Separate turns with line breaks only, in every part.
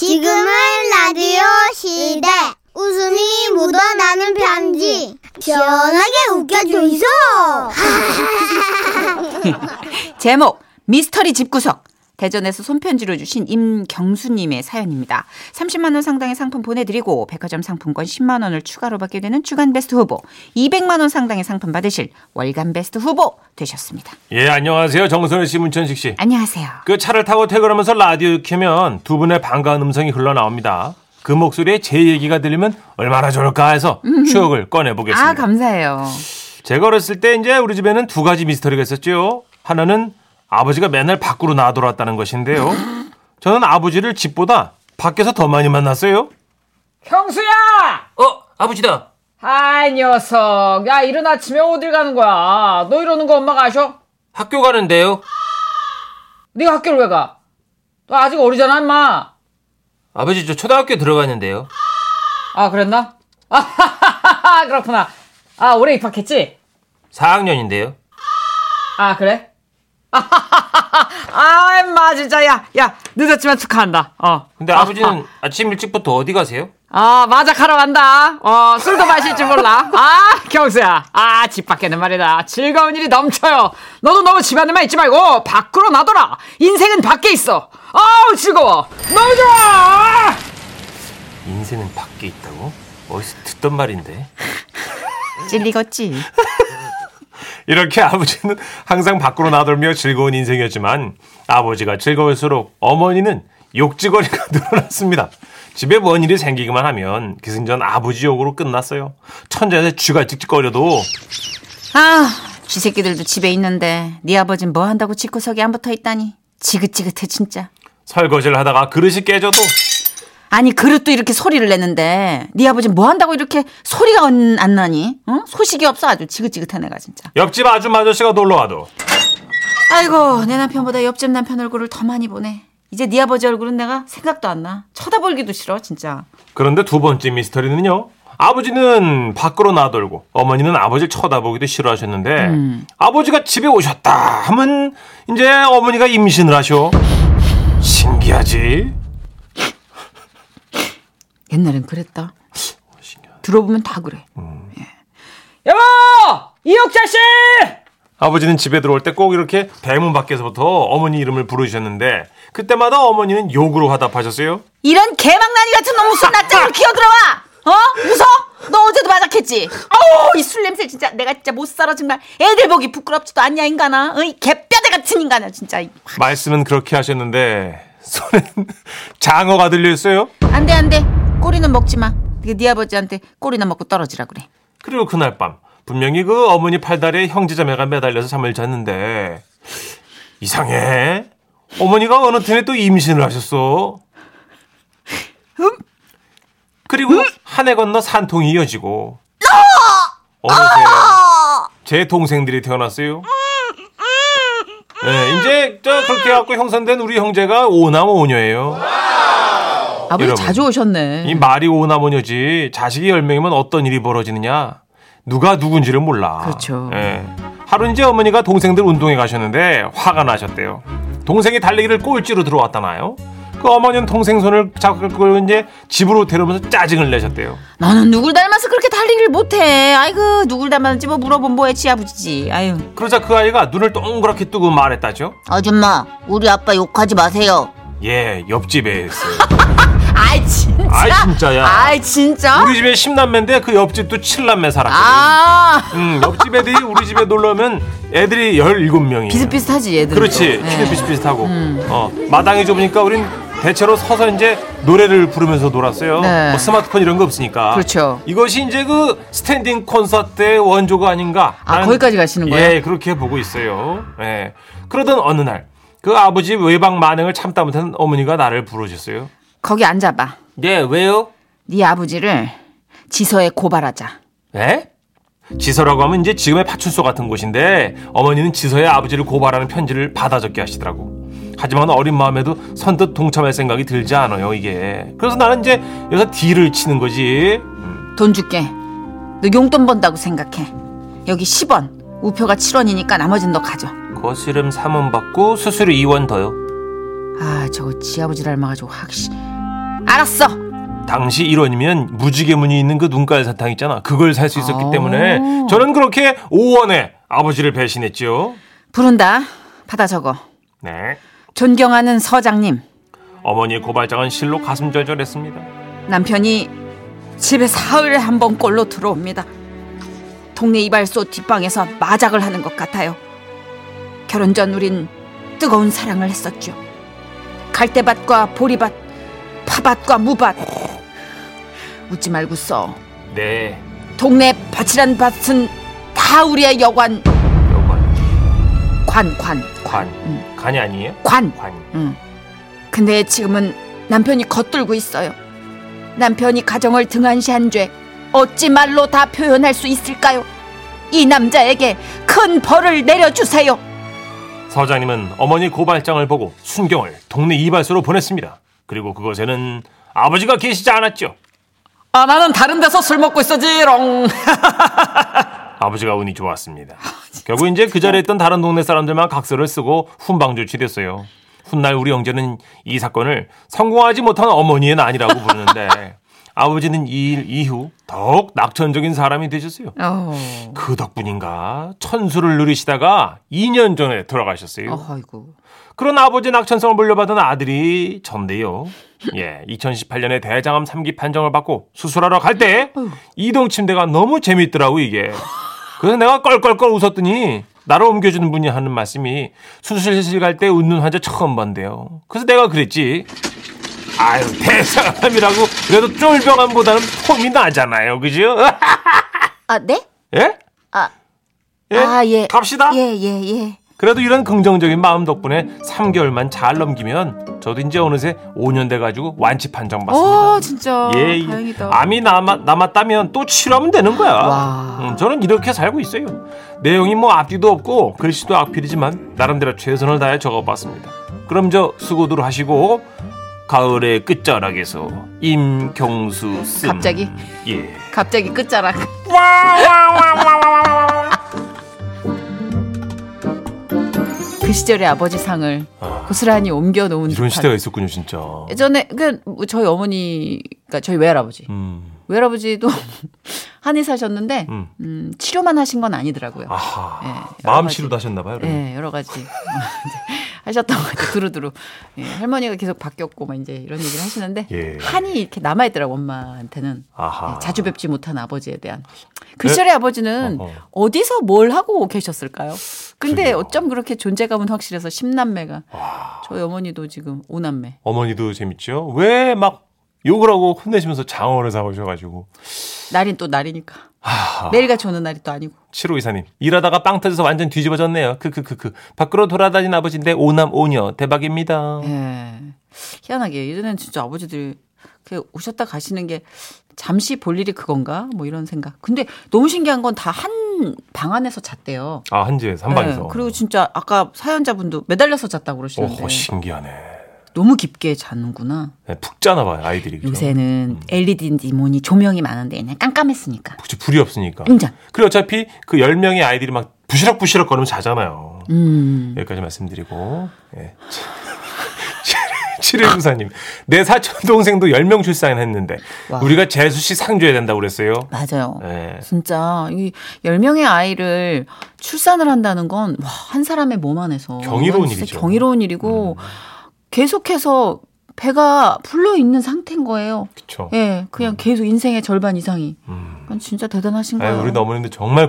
지금은 라디오 시대. 웃음이 묻어나는 편지. 시원하게 웃겨주이소.
제목 미스터리 집구석 대전에서 손편지로 주신 임경수님의 사연입니다. 30만 원 상당의 상품 보내드리고 백화점 상품권 10만 원을 추가로 받게 되는 주간 베스트 후보 200만 원 상당의 상품 받으실 월간 베스트 후보 되셨습니다.
예, 안녕하세요. 정선우 씨, 문천식 씨.
안녕하세요. 아,
그 차를 타고 퇴근하면서 라디오 켜면 두 분의 반가운 음성이 흘러나옵니다. 그 목소리에 제 얘기가 들리면 얼마나 좋을까 해서 추억을 꺼내보겠습니다.
아 감사해요.
제가 어렸을 때 이제 우리 집에는 두 가지 미스터리가 있었죠. 하나는 아버지가 맨날 밖으로 나돌았다는 것인데요. 저는 아버지를 집보다 밖에서 더 많이 만났어요.
형수야!
어, 아버지다.
아이 녀석 야 이른 아침에 어딜 가는 거야 너 이러는 거 엄마가 아셔?
학교 가는데요.
네가 학교를 왜 가? 너 아직 어리잖아 임마
아버지 저 초등학교 들어갔는데요.
아 그랬나? 아 그렇구나 아 올해 입학했지?
4학년인데요.
아 그래? 아 임마 진짜 야야 늦었지만 축하한다 어.
근데 아버지는 아침 일찍부터 어디 가세요?
아 맞아 가러 간다 어 술도 마실 줄 몰라 아 경수야 아 집 밖에는 말이다 즐거운 일이 넘쳐요 너도 너무 집 안에만 있지 말고 어, 밖으로 나돌아 인생은 밖에 있어 아우 즐거워 너무 좋아
인생은 밖에 있다고? 어디서 듣던 말인데.
찔리겠지.
이렇게 아버지는 항상 밖으로 나돌며 즐거운 인생이었지만 아버지가 즐거울수록 어머니는 욕지거리가 늘어났습니다. 집에 뭔 일이 생기기만 하면 기승전 아버지 욕으로 끝났어요. 천장에 쥐가 찍찍거려도
아 쥐새끼들도 집에 있는데 네 아버진 뭐 한다고 집구석에 안 붙어 있다니 지긋지긋해 진짜.
설거지를 하다가 그릇이 깨져도
아니 그릇도 이렇게 소리를 내는데 네 아버지 뭐 한다고 이렇게 소리가 안, 안 나니? 응? 소식이 없어 아주 지긋지긋한 애가 진짜.
옆집 아줌마 아저씨가 놀러와도
아이고 내 남편보다 옆집 남편 얼굴을 더 많이 보네. 이제 네 아버지 얼굴은 내가 생각도 안 나. 쳐다보기도 싫어 진짜.
그런데 두 번째 미스터리는요. 아버지는 밖으로 나돌고 어머니는 아버지를 쳐다보기도 싫어하셨는데 아버지가 집에 오셨다 하면 이제 어머니가 임신을 하셔. 신기하지?
옛날엔 그랬다. 들어보면 다 그래.
여보 이혁자 씨
아버지는 집에 들어올 때 꼭 이렇게 대문 밖에서부터 어머니 이름을 부르셨는데 그때마다 어머니는 욕으로 화답하셨어요.
이런 개망나니 같은 놈 무슨 낯짝으로 기어들어와! 어? 무서? 너 어제도 마작했지? 아우 이 술 냄새 진짜 내가 진짜 못 살아 정말 애들 보기 부끄럽지도 않냐 인간아 어이 개뼈대 같은 인간아 진짜
말씀은 그렇게 하셨는데 손엔 장어가 들려 있어요.
안돼 안돼 꼬리는 먹지 마. 네 아버지한테 꼬리나 먹고 떨어지라 그래.
그리고 그날 밤 분명히 그 어머니 팔다리에 형제자매가 매달려서 잠을 잤는데 이상해 어머니가 어느 틈에 또 임신을 하셨어 그리고 한 해 건너 산통이 이어지고 어느새 음, 제 동생들이 태어났어요 네, 이제 저 그렇게 해갖고 형성된 우리 형제가 오남 오녀예요
아버지
여러분,
자주 오셨네.
이 말이 오나모녀지 자식이 10명이면 어떤 일이 벌어지느냐 누가 누군지를 몰라
그렇죠.
예. 하루 이제 어머니가 동생들 운동회 가셨는데 화가 나셨대요 동생이 달리기를 꼴찌로 들어왔다나요 그 어머니는 동생 손을 잡고 이제 집으로 데려오면서 짜증을 내셨대요
나는 누굴 닮아서 그렇게 달리기를 못해. 아이고 누굴 닮았는지 뭐 물어본 뭐해 지아부지지. 아유
그러자 그 아이가 눈을 동그랗게 뜨고 말했다죠
아줌마, 우리 아빠 욕하지 마세요.
예 옆집에 있어요
아이 진짜.
아이 진짜야
아이 진짜.
우리 집에 10남매인데 그 옆집도 7남매 살았거든
아
음, 옆집 애들이 우리 집에 놀러오면 애들이 17명이에요
비슷비슷하지 예. 얘들.
그렇지
네.
키도 비슷비슷하고
음.
어, 마당이 좁으니까 우린 대체로 서서 이제 노래를 부르면서 놀았어요
네.
뭐 스마트폰 이런 거 없으니까
그렇죠.
이것이 이제 그 스탠딩 콘서트의 원조가 아닌가
아,
라는-
거기까지 가시는 거예요?
예 그렇게 보고 있어요 예 그러던 어느 날 그 아버지 외박 만행을 참다 못한 어머니가 나를 부르셨어요
거기 앉아봐.
네, 왜요?
네 아버지를 지서에 고발하자.
에? 지서라고 하면 이제 지금의 파출소 같은 곳인데 어머니는 지서의 아버지를 고발하는 편지를 받아 적게 하시더라고. 하지만 어린 마음에도 선뜻 동참할 생각이 들지 않아요 이게. 그래서 나는 이제 여기서 딜을 치는 거지.
돈 줄게. 너 용돈 번다고 생각해. 여기 10원. 우표가 7원이니까 나머진 너 가져.
거스름 3원 받고 수수료 2원 더요.
아 저거 지아버지 닮아가지고 확실 알았어.
당시 1원이면 무지개무늬 있는 그 눈깔 사탕 있잖아. 그걸 살 수 있었기
아오.
때문에 저는 그렇게 5원에 아버지를 배신했죠.
부른다. 받아 적어.
네.
존경하는 서장님.
어머니의 고발장은 실로 가슴 절절했습니다.
남편이 집에 사흘에 한 번 꼴로 들어옵니다. 동네 이발소 뒷방에서 마작을 하는 것 같아요. 결혼 전 우린 뜨거운 사랑을 했었죠. 갈대밭과 보리밭, 파밭과 무밭. 웃지 말고 써.
네.
동네 밭이란 밭은 다 우리의 여관.
요건
관, 관,
관. 간이 아니에요?
관.
관.
응. 근데 지금은 남편이 겉돌고 있어요. 남편이 가정을 등한시한 죄 어찌 말로 다 표현할 수 있을까요? 이 남자에게 큰 벌을 내려주세요.
서장님은 어머니 고발장을 보고 순경을 동네 이발소로 보냈습니다. 그리고 그곳에는 아버지가 계시지 않았죠.
아 나는 다른 데서 술 먹고 있어지롱.
아버지가 운이 좋았습니다. 결국 이제 그 자리에 있던 다른 동네 사람들만 각서를 쓰고 훈방 조치됐어요. 훗날 우리 형제는 이 사건을 성공하지 못한 어머니의 난이라고 부르는데 아버지는 이 일 이후 더욱 낙천적인 사람이 되셨어요. 그 덕분인가 천수를 누리시다가 2년 전에 돌아가셨어요.
아이고.
그런 아버지 낙천성을 물려받은 아들이 전데요. 예, 2018년에 대장암 3기 판정을 받고 수술하러 갈 때 이동 침대가 너무 재밌더라고 이게. 그래서 내가 껄껄껄 웃었더니 나를 옮겨주는 분이 하는 말씀이 수술실 갈 때 웃는 환자 처음 본대요. 그래서 내가 그랬지. 아유 대장암이라고 그래도 쫄병암보다는 폼이 나잖아요, 그죠?
아, 네?
예?
아.
예?
아, 예.
갑시다.
예, 예, 예.
그래도 이런 긍정적인 마음 덕분에 3개월만 잘 넘기면 저도 이제 어느새 5년 돼가지고 완치 판정 받습니다.
어 진짜
예, 이
다행이다.
암이 남아, 남았다면 또 치료하면 되는 거야. 음, 저는 이렇게 살고 있어요. 내용이 뭐 앞뒤도 없고 글씨도 악필이지만 나름대로 최선을 다해 적어봤습니다. 그럼 저 수고들 하시고 가을의 끝자락에서 임경수 쓴
갑자기?
예.
갑자기 끝자락. 그 시절의 아버지 상을 고스란히 옮겨 놓은
이런 시대가 있었군요, 진짜.
예전에 그 저희 어머니가 저희 외할아버지
음,
외할아버지도 한의사셨는데
음.
음, 치료만 하신 건 아니더라고요.
아하.
예, 여러
마음
가지.
치료도 하셨나봐요.
예, 여러 가지 하셨던 것 같아요. 두루두루. 예, 할머니가 계속 바뀌었고 막 이제 이런 얘기를 하시는데
예.
한이 이렇게 남아 있더라고 엄마한테는.
아하. 네?
예, 자주 뵙지 못한 아버지에 대한. 그 시절의 아버지는
어허.
어. 디서뭘 하고 계셨을까요? 근데
그러게요.
어쩜 그렇게 존재감은 확실해서 10남매가 저희 어머니도 지금 5남매.
어머니도 재밌죠. 왜 막 욕을 하고 혼내시면서 장어를 사오셔가지고.
날인 또 날이니까.
아.
내일가 좋는 날이 또 아니고.
7호 이사님. 일하다가 빵 터져서 완전 뒤집어졌네요. 그, 크크크크. 밖으로 돌아다닌 아버지인데 오남 오녀. 대박입니다.
예. 희한하게 예전엔 진짜 아버지들 그 오셨다 가시는 게 잠시 볼 일이 그건가? 뭐 이런 생각. 근데 너무 신기한 건 다 한 방 안에서 잤대요.
아, 한지에
예,
산방에서.
그리고 진짜 아까 사연자분도 매달려서 잤다고 그러시는데
오, 신기하네.
너무 깊게 자는구나.
네, 푹 짜나 봐요, 아이들이. 그죠? 음.
요새는 LED인지 뭐니 조명이 많은데 그냥 깜깜했으니까.
그치, 불이 없으니까.
인정.
그리고 어차피 그 10명의 아이들이 막 부시럭부시럭 거리면 자잖아요.
음.
여기까지 말씀드리고. 예. 7일 부사님. 내 사촌 동생도 10명 출산했는데
와.
우리가 재수 씨 상줘야 된다고 그랬어요.
맞아요.
예.
진짜 이 10명의 아이를 출산을 한다는 건 한 사람의 몸 안에서
경이로운
진짜
일이죠. 음.
경이로운 일이고 계속해서 배가 불러 있는 상태인 거예요.
그쵸.
예, 그냥 계속 인생의 절반 이상이.
음.
그건 진짜 대단하신
아유,
거예요.
우리 어머님들 정말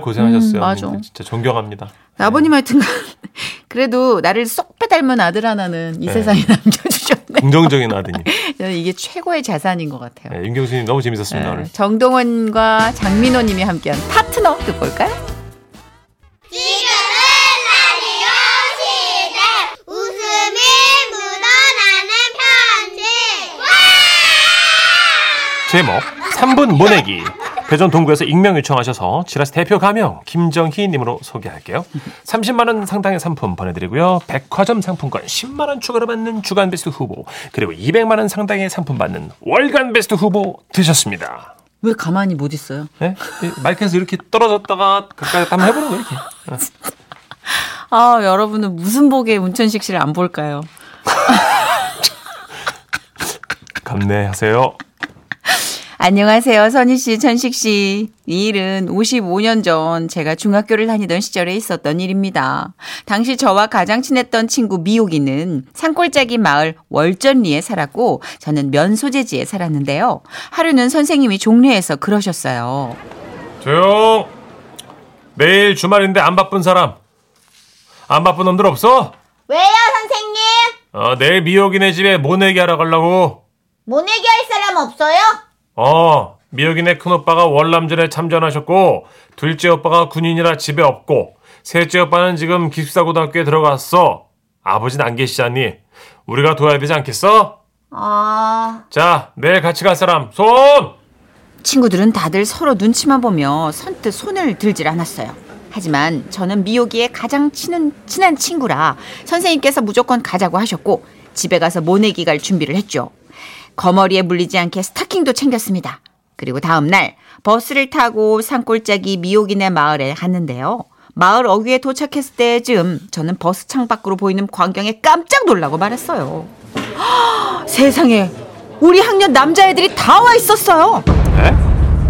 음,
고생하셨어요.
맞아.
어머님들. 진짜 존경합니다.
아버님 하여튼간 그래도 나를 쏙 빼닮은 아들 하나는 이
네.
세상에 남겨주셨네.
긍정적인 아드님.
저는 이게 최고의 자산인 것 같아요.
네, 윤경수님 너무 재밌었습니다. 오늘.
네, 정동원과 장민호님이 함께한 파트너 듣고 올까요?
지금은 라디오 시대 웃음이 묻어나는 편지
제목 3분 보내기. 대전 동구에서 익명 요청하셔서 지라스 대표 가명 김정희님으로 소개할게요. 30만 원 상당의 상품 보내드리고요. 백화점 상품권 10만 원 추가로 받는 주간 베스트 후보 그리고 200만 원 상당의 상품 받는 월간 베스트 후보 되셨습니다.
왜 가만히 못 있어요?
네? 이 마이크에서 이렇게 떨어졌다가 가까이 한번 해보는 거 이렇게.
아, 여러분은 무슨 복에 문천식 씨를 안 볼까요?
네, 하세요.
안녕하세요, 선희 씨, 천식 씨. 이 일은 55년 전 제가 중학교를 다니던 시절에 있었던 일입니다. 당시 저와 가장 친했던 친구 미옥이는 산골짜기 마을 월전리에 살았고 저는 면소재지에 살았는데요. 하루는 선생님이 종례에서 그러셨어요.
조용. 내일 주말인데 안 바쁜 사람. 안 바쁜 놈들 없어?
왜요, 선생님?
어, 내일 미역이네 집에 뭐 모내기 하러 가려고.
모내기 할 사람 없어요?
어, 미역이네 큰오빠가 월남전에 참전하셨고, 둘째 오빠가 군인이라 집에 없고, 셋째 오빠는 지금 기숙사고등학교에 들어갔어. 아버진 안 계시잖니. 우리가 도와야 되지 않겠어?
아,
자, 내일 같이 갈 사람, 손!
친구들은 다들 서로 눈치만 보며 선뜻 손을 들질 않았어요. 하지만 저는 미옥이의 가장 친한, 친한 친구라 선생님께서 무조건 가자고 하셨고 집에 가서 모내기 갈 준비를 했죠. 거머리에 물리지 않게 스타킹도 챙겼습니다. 그리고 다음 날 버스를 타고 산골짜기 미옥이네 마을에 갔는데요. 마을 어귀에 도착했을 때쯤 저는 버스 창 밖으로 보이는 광경에 깜짝 놀라고 말았어요. 세상에 우리 학년 남자애들이 다 와 있었어요.
네?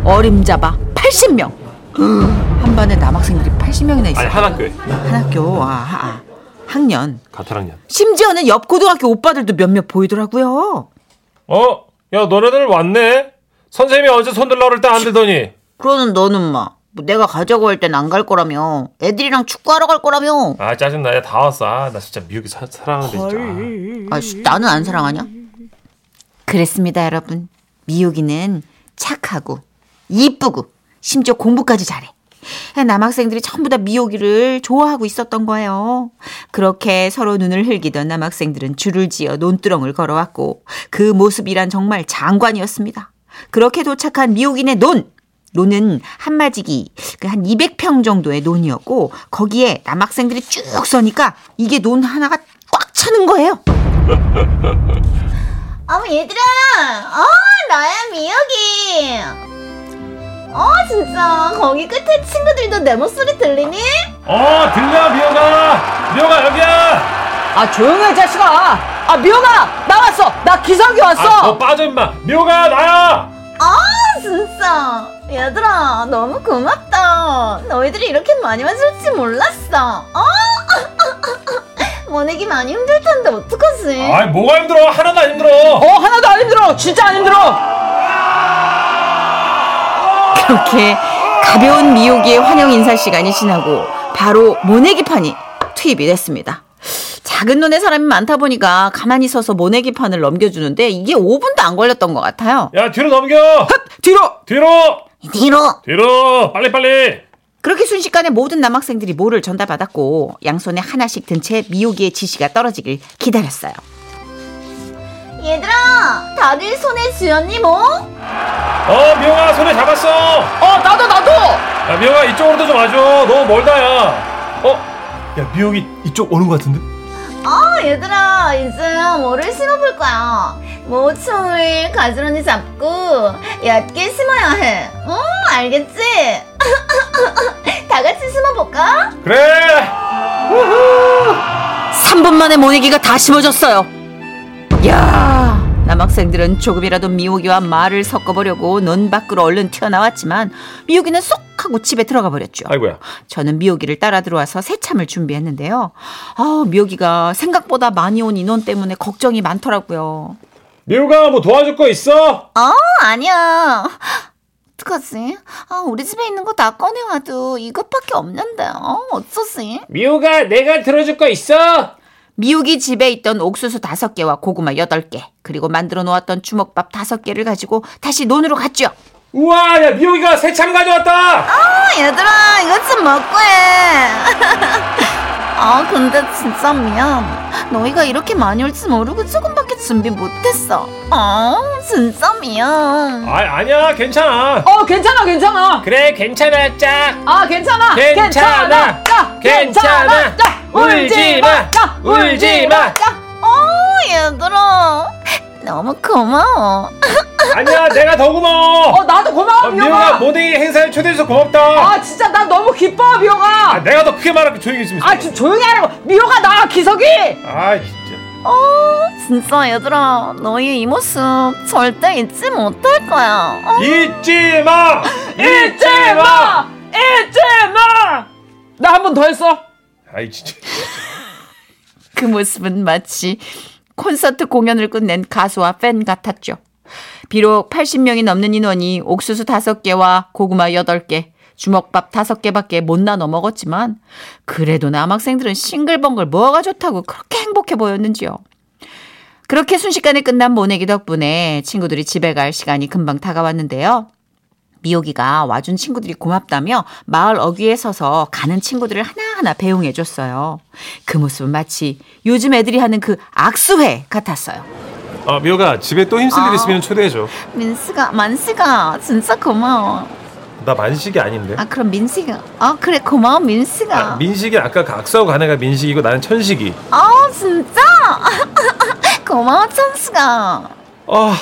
어림잡아 80명. 한 반에 남학생들이 80명이나 있어요.
아니, 한 학교에.
한 학교 아, 아, 학년.
같은 학년.
심지어는 옆 고등학교 오빠들도 몇몇 보이더라고요.
어? 야, 너네들 왔네? 선생님이 어제 손 들라고 그럴 때 안 들더니.
그러는 너는 막뭐 내가 가자고 할 땐 안 갈 거라며 애들이랑 축구하러 갈 거라며
아, 짜증나. 야, 다 왔어. 아, 나 진짜 미역이 사, 사랑하는데, 진짜.
아, 씨, 나는 안 사랑하냐? 그랬습니다, 여러분. 미옥이는 착하고 이쁘고 심지어 공부까지 잘해. 남학생들이 전부 다 미옥이를 좋아하고 있었던 거예요. 그렇게 서로 눈을 흘기던 남학생들은 줄을 지어 논두렁을 걸어왔고 그 모습이란 정말 장관이었습니다. 그렇게 도착한 미옥인의 논! 논은 한마지기 그 한 200평 정도의 논이었고 거기에 남학생들이 쭉 서니까 이게 논 하나가 꽉 차는 거예요.
어머, 얘들아! 어, 나야, 미역이! 어, 진짜. 거기 끝에 친구들도 내 목소리 들리니?
어, 들려, 미역아! 미역아, 여기야!
아 조용히 해 자식아. 아 미영아 나왔어. 나 기상이 왔어.
아, 너 빠져, 임마! 미역아, 나야!
어, 진짜. 얘들아, 너무 고맙다. 너희들이 이렇게 많이 와줄 지 몰랐어. 어? 모내기 많이 힘들 텐데, 어떡하지?
아이 뭐가 힘들어 하나도 안 힘들어
어 하나도 안 힘들어. 진짜 안 힘들어.
그렇게 가벼운 미옥이의 환영 인사 시간이 지나고 바로 모내기판이 투입이 됐습니다. 작은 논에 사람이 많다 보니까 가만히 서서 모내기판을 넘겨주는데 이게 5분도 안 걸렸던 것 같아요.
야 뒤로 넘겨
뒤로.
뒤로
뒤로!
뒤로 빨리 빨리
그렇게 순식간에 모든 남학생들이 모를 전달받았고 양손에 하나씩 든 채 미옥이의 지시가 떨어지길 기다렸어요.
얘들아, 다들 손에 쥐었니, 뭐?
어 미영아 손에 잡았어
어 나도 나도.
야 미영아 이쪽으로도 좀 와줘 너무 멀다 야어야 미영이 이쪽 오는 것 같은데
어, 얘들아, 이제 뭐를 심어볼 거야. 뭐 모총을 가지런히 잡고 얕게 심어야 해. 응, 알겠지? 다 같이 심어볼까?
그래
3분 만에 모내기가 다 심어졌어요. 야 남학생들은 조금이라도 미옥이와 말을 섞어보려고 논 밖으로 얼른 튀어나왔지만 미옥이는 쏙 하고 집에 들어가 버렸죠.
아이고야
저는 미옥이를 따라 들어와서 새참을 준비했는데요. 아, 미옥이가 생각보다 많이 온 인원 때문에 걱정이 많더라고요.
미영아 뭐 도와줄 거 있어
어, 아니야. 어떡하지? 아, 우리 집에 있는 거 다 꺼내와도 이것밖에 없는데, 어, 어쩌지?
미영아 내가 들어줄 거 있어
미옥이 집에 있던 옥수수 다섯 개와 고구마 여덟 개 그리고 만들어 놓았던 주먹밥 다섯 개를 가지고 다시 논으로 갔죠.
우와 야 미영이가 새참 가져왔다
어, 얘들아, 이것 좀 먹고 해. 아, 근데 진짜 미안. 너희가 이렇게 많이 올 줄 모르고 조금밖에 준비 못했어. 아, 진짜 미안.
아 아니야 괜찮아
어 괜찮아 괜찮아.
그래 괜찮아 짝
아 괜찮아.
괜찮아.
자,
괜찮아.
자,
울지 마.
자,
울지 마.
자.
어, 얘들아. 너무 고마워.
아니야 내가 더 고마워
어 나도 고마워
아, 미영아
미영아.
모델 행사에 초대해서 고맙다.
아 진짜 나 너무 기뻐 미영아. 네,
아, 내가 더 아, 크게 말할게 조용히 있으면.
아, 좀 조용히 하라고. 미호가 나와 기석이.
아 진짜.
어, 진짜 얘들아 너희 이 모습 절대 잊지 못할 거야. 어?
잊지 마!
잊지 마! 잊지 마! 나 한 번 더 했어.
아이 진짜.
그 모습은 마치 콘서트 공연을 끝낸 가수와 팬 같았죠. 비록 80명이 넘는 인원이 옥수수 5개와 고구마 8개, 주먹밥 5개밖에 못 나눠 먹었지만 그래도 남학생들은 싱글벙글 뭐가 좋다고 그렇게 행복해 보였는지요. 그렇게 순식간에 끝난 모내기 덕분에 친구들이 집에 갈 시간이 금방 다가왔는데요. 미옥이가 와준 친구들이 고맙다며 마을 어귀에 서서 가는 친구들을 하나하나 배웅해 줬어요. 그 모습은 마치 요즘 애들이 하는 그 악수회 같았어요.
아 미호가 집에 또 힘쓸 일 있으면 초대해줘.
민수가 만수가 진짜 고마워.
나 만식이 아닌데.
아 그럼 민수가 아 그래 고마워 민수가.
아, 민식이 아까 그 악수하고 간 애가 민식이고 나는 천식이.
아 진짜 고마워 찬수가.
아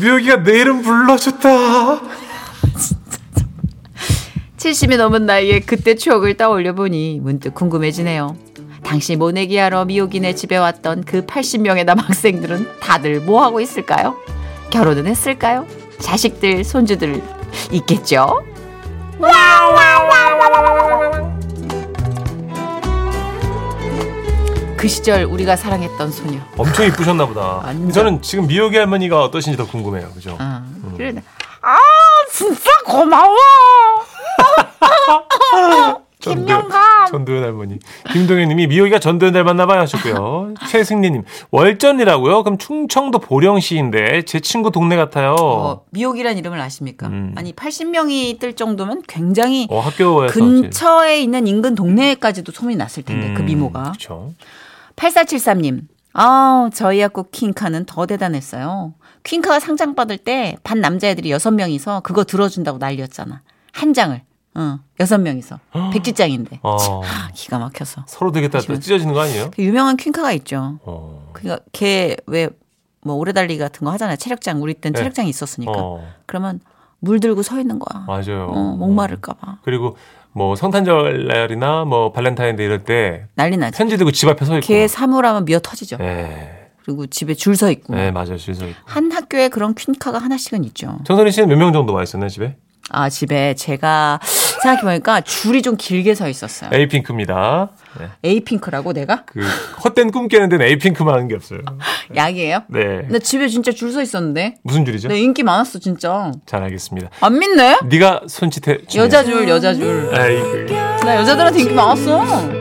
미호기가 내 이름 불러줬다.
70이 넘은 나이에 그때 추억을 떠올려 보니 문득 궁금해지네요. 당시 모내기하러 미옥이네 집에 왔던 그 80명의 남학생들은 다들 뭐 하고 있을까요? 결혼은 했을까요? 자식들, 손주들 있겠죠? 그 시절 우리가 사랑했던 소녀.
엄청 이쁘셨나 보다.
완전.
저는 지금 미호기 할머니가 어떠신지 더 궁금해요. 그죠?
아, 그래.
진짜 고마워.
김영감. 전도연 할머니. 김동현님이 미호기가 전도연 닮았나 봐요 하셨고요. 최승리님 월전이라고요? 그럼 충청도 보령시인데 제 친구 동네 같아요.
어,
어,
미옥이란 이름을 아십니까?
음.
아니 80명이 뜰 정도면 굉장히
어, 학교에서
근처에 있는 인근 동네까지도 소문이 났을 텐데 그 미모가.
그렇죠.
8473님. 아, 저희 학교 퀸카는 더 대단했어요. 퀸카가 상장 받을 때 반 남자애들이 여섯 명이서 그거 들어준다고 난리였잖아. 한 장을. 어, 여섯 명이서. 백지장인데.
어,
아, 기가 막혀서.
서로 되게 다 찢어지는 거 아니에요?
그 유명한 퀸카가 있죠.
어.
그니까 걔 왜 뭐 오래 달리기 같은 거 하잖아요. 체력장 우리 땐
네.
체력장이 있었으니까.
어,
그러면 물 들고 서 있는 거야.
맞아요.
어, 목마를까 봐.
그리고 뭐 성탄절 날이나 뭐 발렌타인데 이럴 때
난리 나지.
편지 들고 집 앞에 서 있고.
걔 사물하면 미어 터지죠.
예.
그리고 집에 줄 서 있고.
예, 맞아요. 실서 있고.
한 학교에 그런 퀸카가 하나씩은 있죠.
정선희 씨는 몇 명 정도 와 있었나요, 집에?
아, 집에 제가 생각해보니까 줄이 좀 길게 서 있었어요.
네. 에이핑크입니다. 네.
에이핑크라고 내가?
그 헛된 꿈 깨는 데는 에이핑크만 하는 게 없어요.
약이에요?
네.
나 집에 진짜 줄 서 있었는데.
무슨 줄이죠?
내 인기 많았어, 진짜.
잘 알겠습니다.
안 믿네?
네가 손짓해 주면.
여자 줄, 여자 줄.
아이고.
나 여자들한테 인기 많았어.